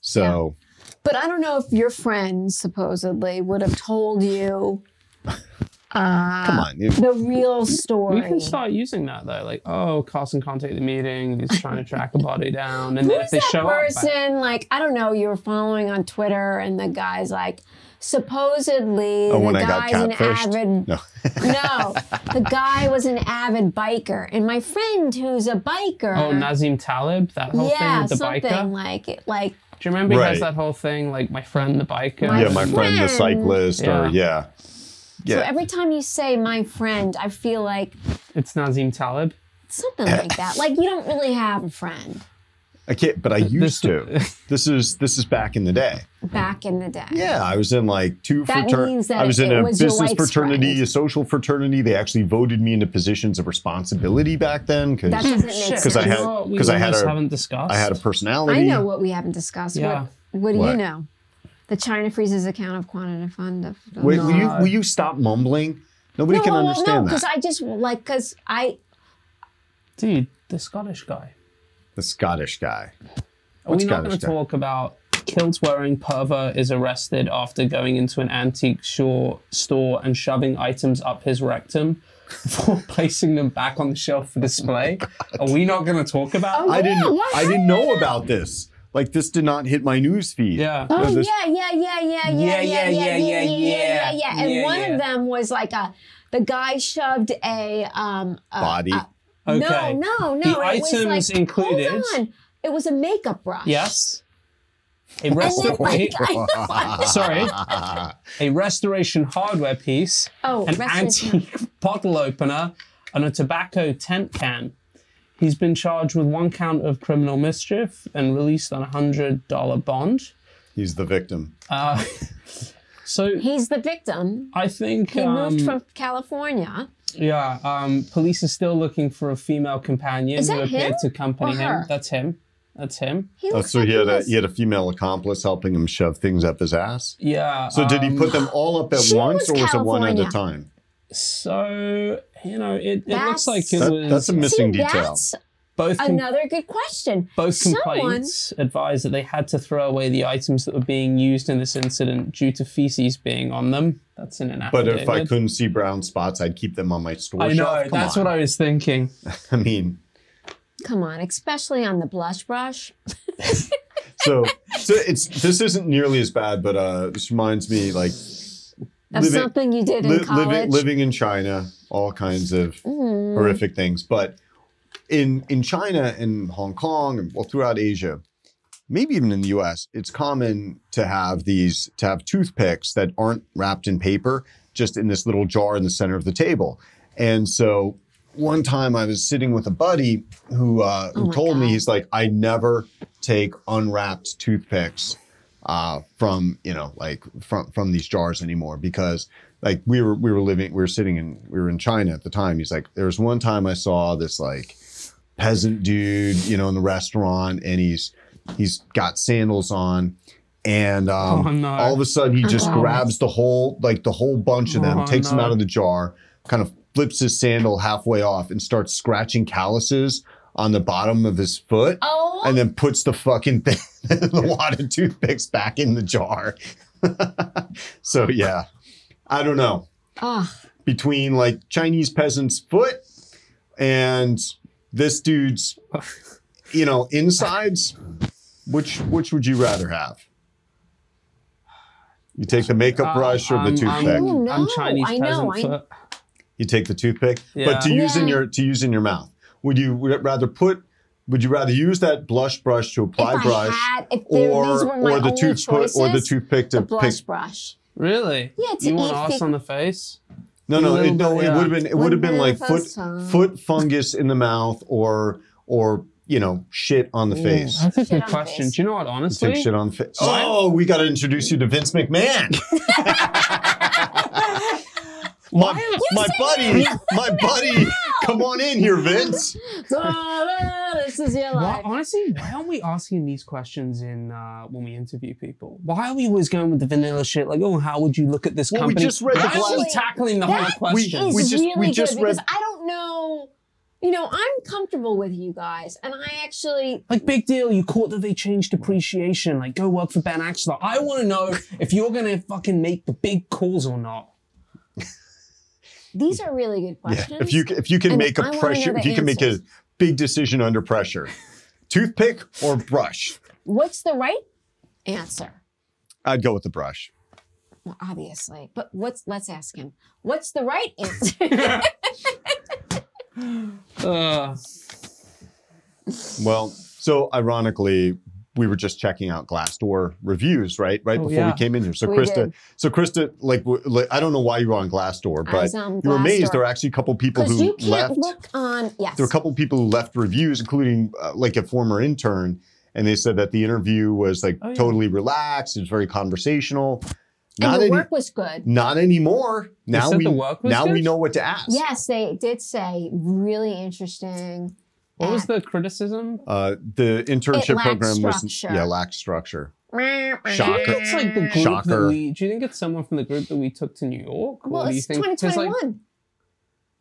So But I don't know if your friend supposedly would have told you uh, come on, you- the real story. We can start using that though. Like, oh, Carson can't take the meeting. He's trying to track a body down, and Who then if is they that show up, person? Like, I don't know. You were following on Twitter, and the guy's like, supposedly Oh, when the I got guy's an catfished? avid. No. no, the guy was an avid biker, and my friend who's a biker. oh, Nazim Talib, that whole yeah, thing with the something biker. like it. Like, Do you remember he has Right. that whole thing, like my friend the biker? My yeah, my friend the friend. cyclist or Yeah. yeah. so Yeah. every time you say my friend, I feel like It's Nazim Talib. something like that. Like, you don't really have a friend I can't, but I used to. this- This is this is back in the day. back in the day. Yeah, I was in like two That means fraternities. that I was in it a was your business wife's fraternity, friend. a social fraternity. They actually voted me into positions of responsibility back That then because doesn't make sense. I had- Well, we 'cause I had almost a- haven't discussed. I had a personality. I know what we haven't discussed. Yeah. What, what do you What? know? The China freezes account of quantitative fund. Of, of Wait, will you No. will you stop mumbling? Nobody can well, well, understand no, because that. I just like because I dude, the Scottish guy. the Scottish guy. Are we What's not going Scottish to guy? talk about kilt wearing pervert is arrested after going into an antique shore, store and shoving items up his rectum before placing them back on the shelf for display? Oh Are we not going to talk about Oh, that? I didn't what? I didn't know about this. Like this did not hit my news feed. Yeah. oh this- yeah yeah yeah yeah yeah yeah yeah yeah yeah yeah yeah and yeah, one yeah. of them was like a the guy shoved a um a, Body. a- no Okay. no no The it was like, items included- hold on it was a makeup brush Yes. A and then, restaurant. like, I know, I- Sorry, a restoration hardware piece, Oh, an restoration- antique bottle opener, and a tobacco tent can. He's been charged with one count of criminal mischief and released on a hundred dollar bond. He's the victim. Uh, so he's the victim I think, he moved um, from California yeah, um, police are still looking for a female companion Is who that appeared him to accompany or him. her? That's him. That's him. he Oh, looks so like he had a was- he had a female accomplice helping him shove things up his ass. Yeah. So did he um, put them all up at She once, or was was it one at a California. time? So you know, it, it looks That's- like it That- was that's a See, missing detail. that's both com- another good question. Both Someone, complaints advised that they had to throw away the items that were being used in this incident due to feces being on them. That's in an But affidavit. if I couldn't see brown spots, I'd keep them on my store I know, shelf. Come that's on. what I was thinking. I mean, come on, especially on the blush brush. so so it's this isn't nearly as bad, but uh, this reminds me like Of Living- something you did in li- college. living living in China, all kinds of Mm. horrific things. But in in China and Hong Kong and well throughout Asia, maybe even in the U.S., it's common to have these to have toothpicks that aren't wrapped in paper, just in this little jar in the center of the table. And so one time I was sitting with a buddy who uh, Oh who my told me God. he's like I never take unwrapped toothpicks uh, from you know like from from these jars anymore because like we were we were living we were sitting in we were in China at the time. He's like there was one time I saw this like peasant dude you know in the restaurant and he's he's got sandals on and um, Oh, no. all of a sudden he just Uh-oh. grabs the whole like the whole bunch of them Oh, takes them no. out of the jar kind of flips his sandal halfway off and starts scratching calluses on the bottom of his foot Oh, and then puts the fucking thing, the wad of toothpicks back in the jar. so yeah, I don't know. ah, Between like Chinese peasant's foot and this dude's, you know, insides, which which would you rather have? You take the Um, makeup brush or the Uh, I'm- toothpick. Ooh, I'm, Oh, no, I'm Chinese I know, peasant I- foot. You take the toothpick, but to Yeah. use in Yeah. your to use in your mouth. Would you would it rather put? Would you rather use that blush brush to apply if brush, I had, if there, these or were my or the only toothpick choices, or the toothpick to the pick? blush brush. Really? Yeah, to You eat want ass fig- on the face? No, no, Little it, no. bit, It yeah. would have been it would Wouldn't have been be the like foot first time. foot fungus in the mouth or or you know shit on the face. That's a Shit good on question. face. Do you know what? Take Honestly, shit on face. Mine- Oh, we got to introduce you to Vince McMahon. my my buddy, my buddy, come on in here, Vince. Oh, this is your why, life. honestly, why aren't we asking these questions in uh, when we interview people? Why are we always going with the vanilla shit? Like, oh, how would you look at this Well, we company? just read the why aren't we blast- tackling the That hard We- questions? is we just- really we good just because read- I don't know. You know, I'm comfortable with you guys, and I actually Like big deal, you caught that they changed depreciation. Like go work for Ben Axler. I want to know if you're gonna fucking make the big calls or not. these are really good questions. If you if you can And make I a wanna know pressure, the if you can make a answers. big decision under pressure, toothpick or brush, what's the right answer? I'd go with the brush. Well, obviously, but what's? Let's ask him. What's the right answer? Uh, Well, so ironically, we were just checking out Glassdoor reviews, right? Right Oh, before yeah. we came in here. So We Krista, did. so Krista, like, w- like, I don't know why you were on Glassdoor, I but was on you were amazed Glassdoor. there were actually a couple people Because who you can't left. look on. Yes. There were a couple people who left reviews, including uh, like a former intern, and they said that the interview was like Oh, yeah. totally relaxed. It was very conversational. and Not the any, work was good. not anymore. Now said we the work was now we good? know what to ask. Yes, they did say really interesting. what was the criticism? Uh, the internship lacked program was structure. yeah lacked structure. Do you Shocker. think it's like the group Shocker. that we. Do you think it's someone from the group that we took to New York? Well, do you it's think? 'cause, 2021. like,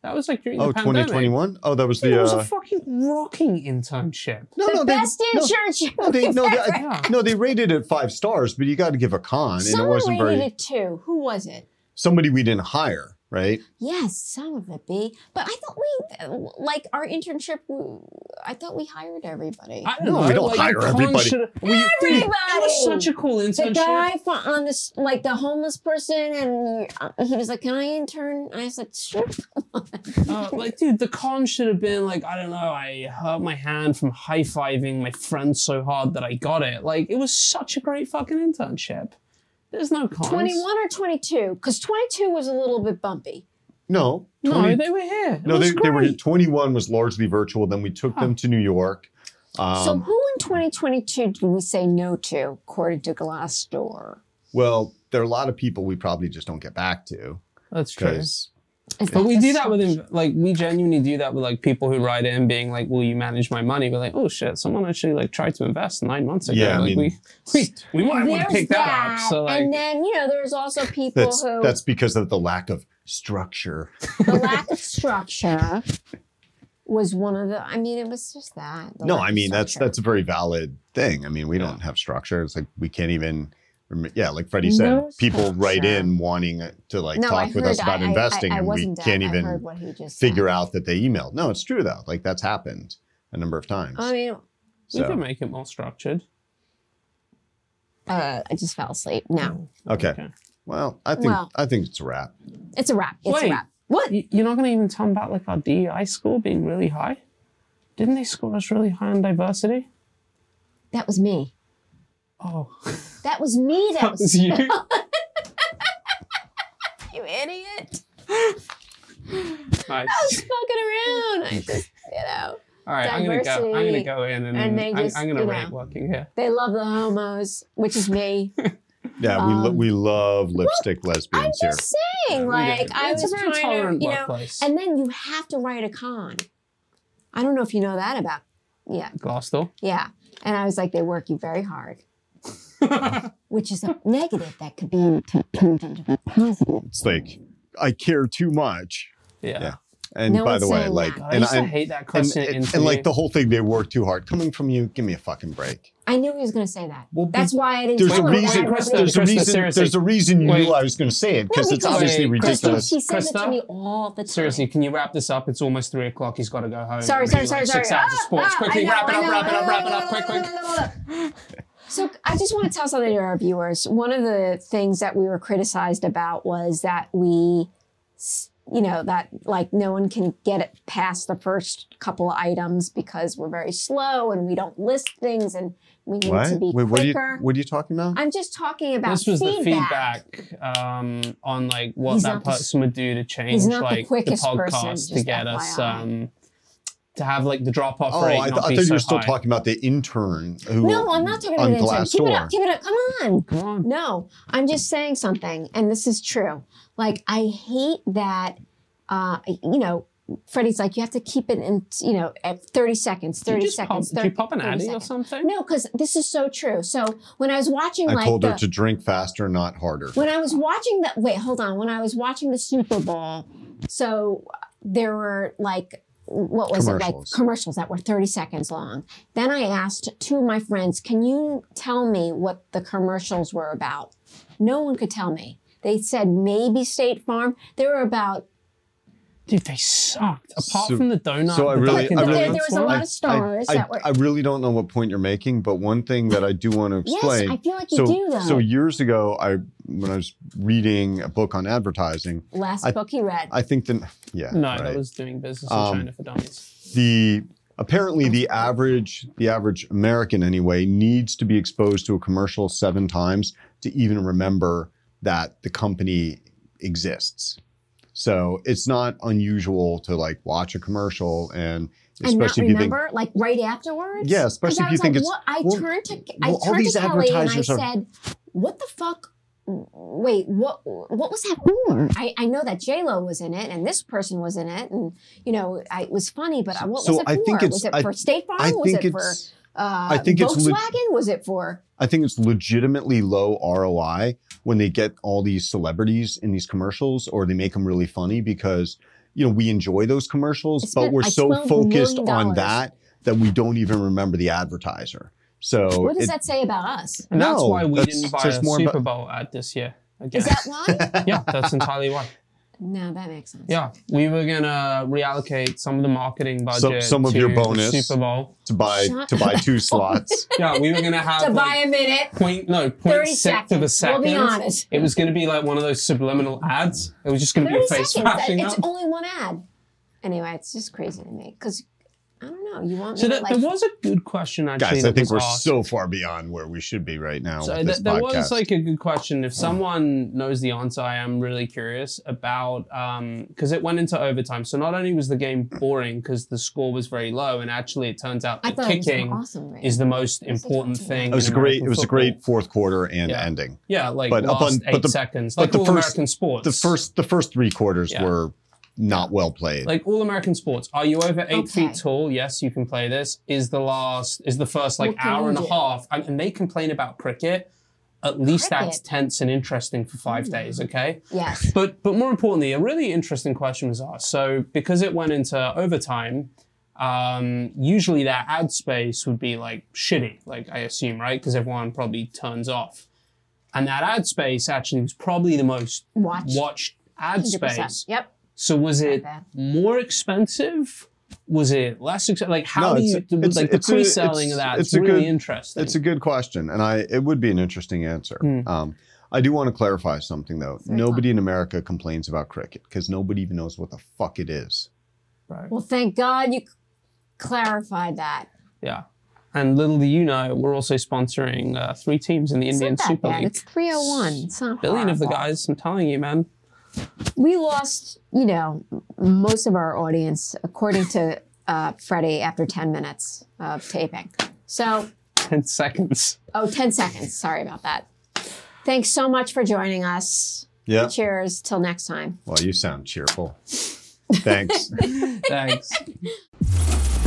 that was like during Oh, the pandemic. 2021? Oh, that was It the was uh, a fucking rocking internship. no, the no, they, best no, insurance. no, they, no, they, I- Yeah. no, they rated it five stars, but you got to give a con, and it Someone wasn't rated very it too. Who was it? somebody we didn't hire, right? Yes, some of it be. But I thought we, like our internship, w- I thought we hired everybody. I don't No, know. we don't like, hire the con everybody. should- we- Everybody! It was such a cool the internship. guy from, on this, like the homeless person, and uh, he was like, "Can I intern?" And I was like, "Sure." Uh, like, dude, the con should have been like, I don't know, I hurt my hand from high fiving my friend so hard that I got it. Like, it was such a great fucking internship. There's no cons. Twenty-one or twenty-two? Because twenty-two was a little bit bumpy. No, No, 20 they were here. It no, was they, they were great. 21 was largely virtual. Then we took them to New York. Um, so who in twenty twenty-two did we say no to, according to Glassdoor? well, there are a lot of people we probably just don't get back to That's true. because Is But that we the do that with structure? inv- like we genuinely do that with like people who write in being like, "Will you manage my money?" We're like, "Oh shit, someone actually like tried to invest nine months ago." Yeah, I like mean- we, we we might want to There's pick that, up. So like, and then you know, there's also people that's who that's because of the lack of structure. the lack of structure was one of the. I mean, it was just that. the no, lack I of mean that's structure. that's a very valid thing. I mean, we don't have structure. It's like we can't even. rem- Yeah, like Freddie said, No people write structure. in wanting uh, to like no, talk I with heard- us about I- I- investing, I, I, and we wasn't can't deaf. I heard even what he just figure out that they emailed. No, it's true though. Like that's happened a number of times. I mean, we could so make it more structured. uh, I just fell asleep. No, okay. Okay. Well, I think Well. I think it's a wrap. it's a wrap. It's Wait. a wrap. What? Y- You're not going to even tell them about like our DEI score being really high. Didn't they score us really high on diversity? That was me. Oh, That was me. That, that was was you. you, idiot. I was nice. fucking around. I just, you know, All right, I'm gonna go. I'm gonna go in and, And they I'm, just, I'm gonna you rate know. working here. they love the homos, which is me. Yeah, we lo- Um, we love lipstick I'm lesbians here. just saying, like, I it's was a very trying tolerant to, you know, workplace. And then you have to write a con. I don't know if you know that about. Yeah, Glassdoor. yeah. And I was like, they work you very hard, which is a negative that could be turned into a positive. It's like I care too much. Yeah. Yeah. And No by one's the way, saying like that. God, I and used to I hate that and, question. and- in and like the whole thing, they work too hard. Coming from you, give me a fucking break. I knew he was going to say that. Well, be- That's why I didn't. There's tell a him. reason. I Krista, There's a Krista, reason. seriously. There's a reason you Wait. knew I was going to say it because it's because- obviously Wait, Krista, ridiculous. she says it to Krista? me all the time. Seriously, can you wrap this up? It's almost three o'clock. He's got to go home. Sorry, It'll sorry, be sorry, sorry. like Six hours of Ah, sports. ah, Quickly, I know, wrap it I up, know, wrap it I up, know, wrap it I up, quick, know, quick. I know, I know. So I just want to tell something to our viewers. One of the things that we were criticized about was that we, s- you know, that like no one can get it past the first couple of items because we're very slow and we don't list things and we need to be Wait, what are you quicker. what are you talking about? I'm just talking about this was feedback. the feedback um, on like what He's that not the s- person would do to change not the like the, quickest person, podcast to just get us FYI. um, to have like the drop off Oh, rate. I, th- not I be thought you were so still high. talking about the intern who No, I'm not talking about on the intern. Keep it Glassdoor. up. Keep it up. Come on. Come on. No, I'm just saying something, and this is true. Like I hate that. Uh, you know, Freddie's like you have to keep it in. You know, at 30 seconds, Did 30 you just pop, seconds. did you pop an 30 addy or seconds. something? No, because this is so true. So when I was watching, I like told her the- to drink faster, not harder. when I was watching the wait, hold on. When I was watching the Super Bowl, so there were like what was it like Commercials. commercials that were 30 seconds long. Then I asked two of my friends, "Can you tell me what the commercials were about?" No one could tell me. They said maybe State Farm. There were about Dude, they sucked. Apart So- from the donut. so I the really- Dunkin' I really- Donuts There was a one. lot I- of stars I, I, that were- I really don't know what point you're making, but one thing that I do want to explain. yes. I feel like you so, do though. so years ago, I when I was reading a book on advertising, Last I- book he read. I think the yeah No, right. that was doing business in Um, China for dummies. the apparently the average the average American anyway needs to be exposed to a commercial seven times to even remember that the company exists. So it's not unusual to like watch a commercial and and not especially if you think remember, like right afterwards. yeah, 'Cause especially I if you was think like, it's what? I well, turned to I well, all turned these to Kelly and I advertisers are- said, "What the fuck? Wait, what? What was that Hmm. for?" I, I know that J Lo was in it, and this person was in it, and you know, I, it was funny, but I- what So was it I for? think it's- was it I- for State Farm? I was think it for it's uh, I think it's Volkswagen? lit- was it for? I think it's legitimately low ROI when they get all these celebrities in these commercials or they make them really funny because you know we enjoy those commercials, It's but been we're like so $12 focused million. on that that we don't even remember the advertiser. So What does Oh, it- that say about us? And that's No, why we that's didn't buy a just more about- Super Bowl ad this year. Again. Is that why? yeah, that's entirely why. no, that makes sense. Yeah, we were gonna reallocate some of the marketing budget, some of to your the bonus. Super Bowl. to buy Shut to buy two slots. Yeah, we were gonna have To buy like, a minute, point no point thirty six of a seconds. We'll second. be honest. It was gonna be like one of those subliminal ads. It was just gonna be 30 a face seconds. that- flashing It's up. only one ad. Anyway, it's just crazy to me because I don't know. You want me So to that, like there was a good question actually. Guys, I that was think we're asked. so far beyond where we should be right now So with this th- there podcast. was like a good question. If someone knows the answer, I am really curious about because it went into overtime. So not only was the game boring because the score was very low, and actually it turns out I that thought it was an kicking awesome race. is the most It's like important awesome. thing. it was in a great American it was a football. great fourth quarter and Yeah. ending. Yeah, like But up last on- eight but the- seconds, but like the all first- American sports. The first the first three quarters Yeah. were not well played. like all American sports. Are you over eight Okay. feet tall? Yes, you can play this. Is the last is the first like What can hour you and a do? half, and, and they complain about cricket. At least that's Cricket? Hmm. tense and interesting for five days. Okay. yes. But but more importantly, a really interesting question was asked. So because it went into overtime, um, usually that ad space would be like shitty, like I assume, right? Because everyone probably turns off. And that ad space actually was probably the most Watch. watched ad 100%. space. Yep. So was it bad. more expensive? Was it less expensive? Like how No, do it's- you it's- like the it's a- pre-selling of it's- that? it's It's, a really good- interesting. It's a good question, and I it would be an interesting answer. Hmm. Um, I do want to clarify something though. Sorry, nobody in America complains about cricket because nobody even knows what the fuck it is. right. Well, thank God you clarified that. Yeah. And little do you know, we're also sponsoring uh, three teams in the It's Indian not that Super bad. League. It's 301. It's not billion of the horrible. guys. I'm telling you, man. We lost, you know, m- most of our audience, according to uh, Freddie, after 10 minutes of taping. So, Ten seconds. oh, 10 seconds. Sorry about that. Thanks so much for joining us. Yeah. Cheers. Till next time. Well, you sound cheerful. Thanks. Thanks.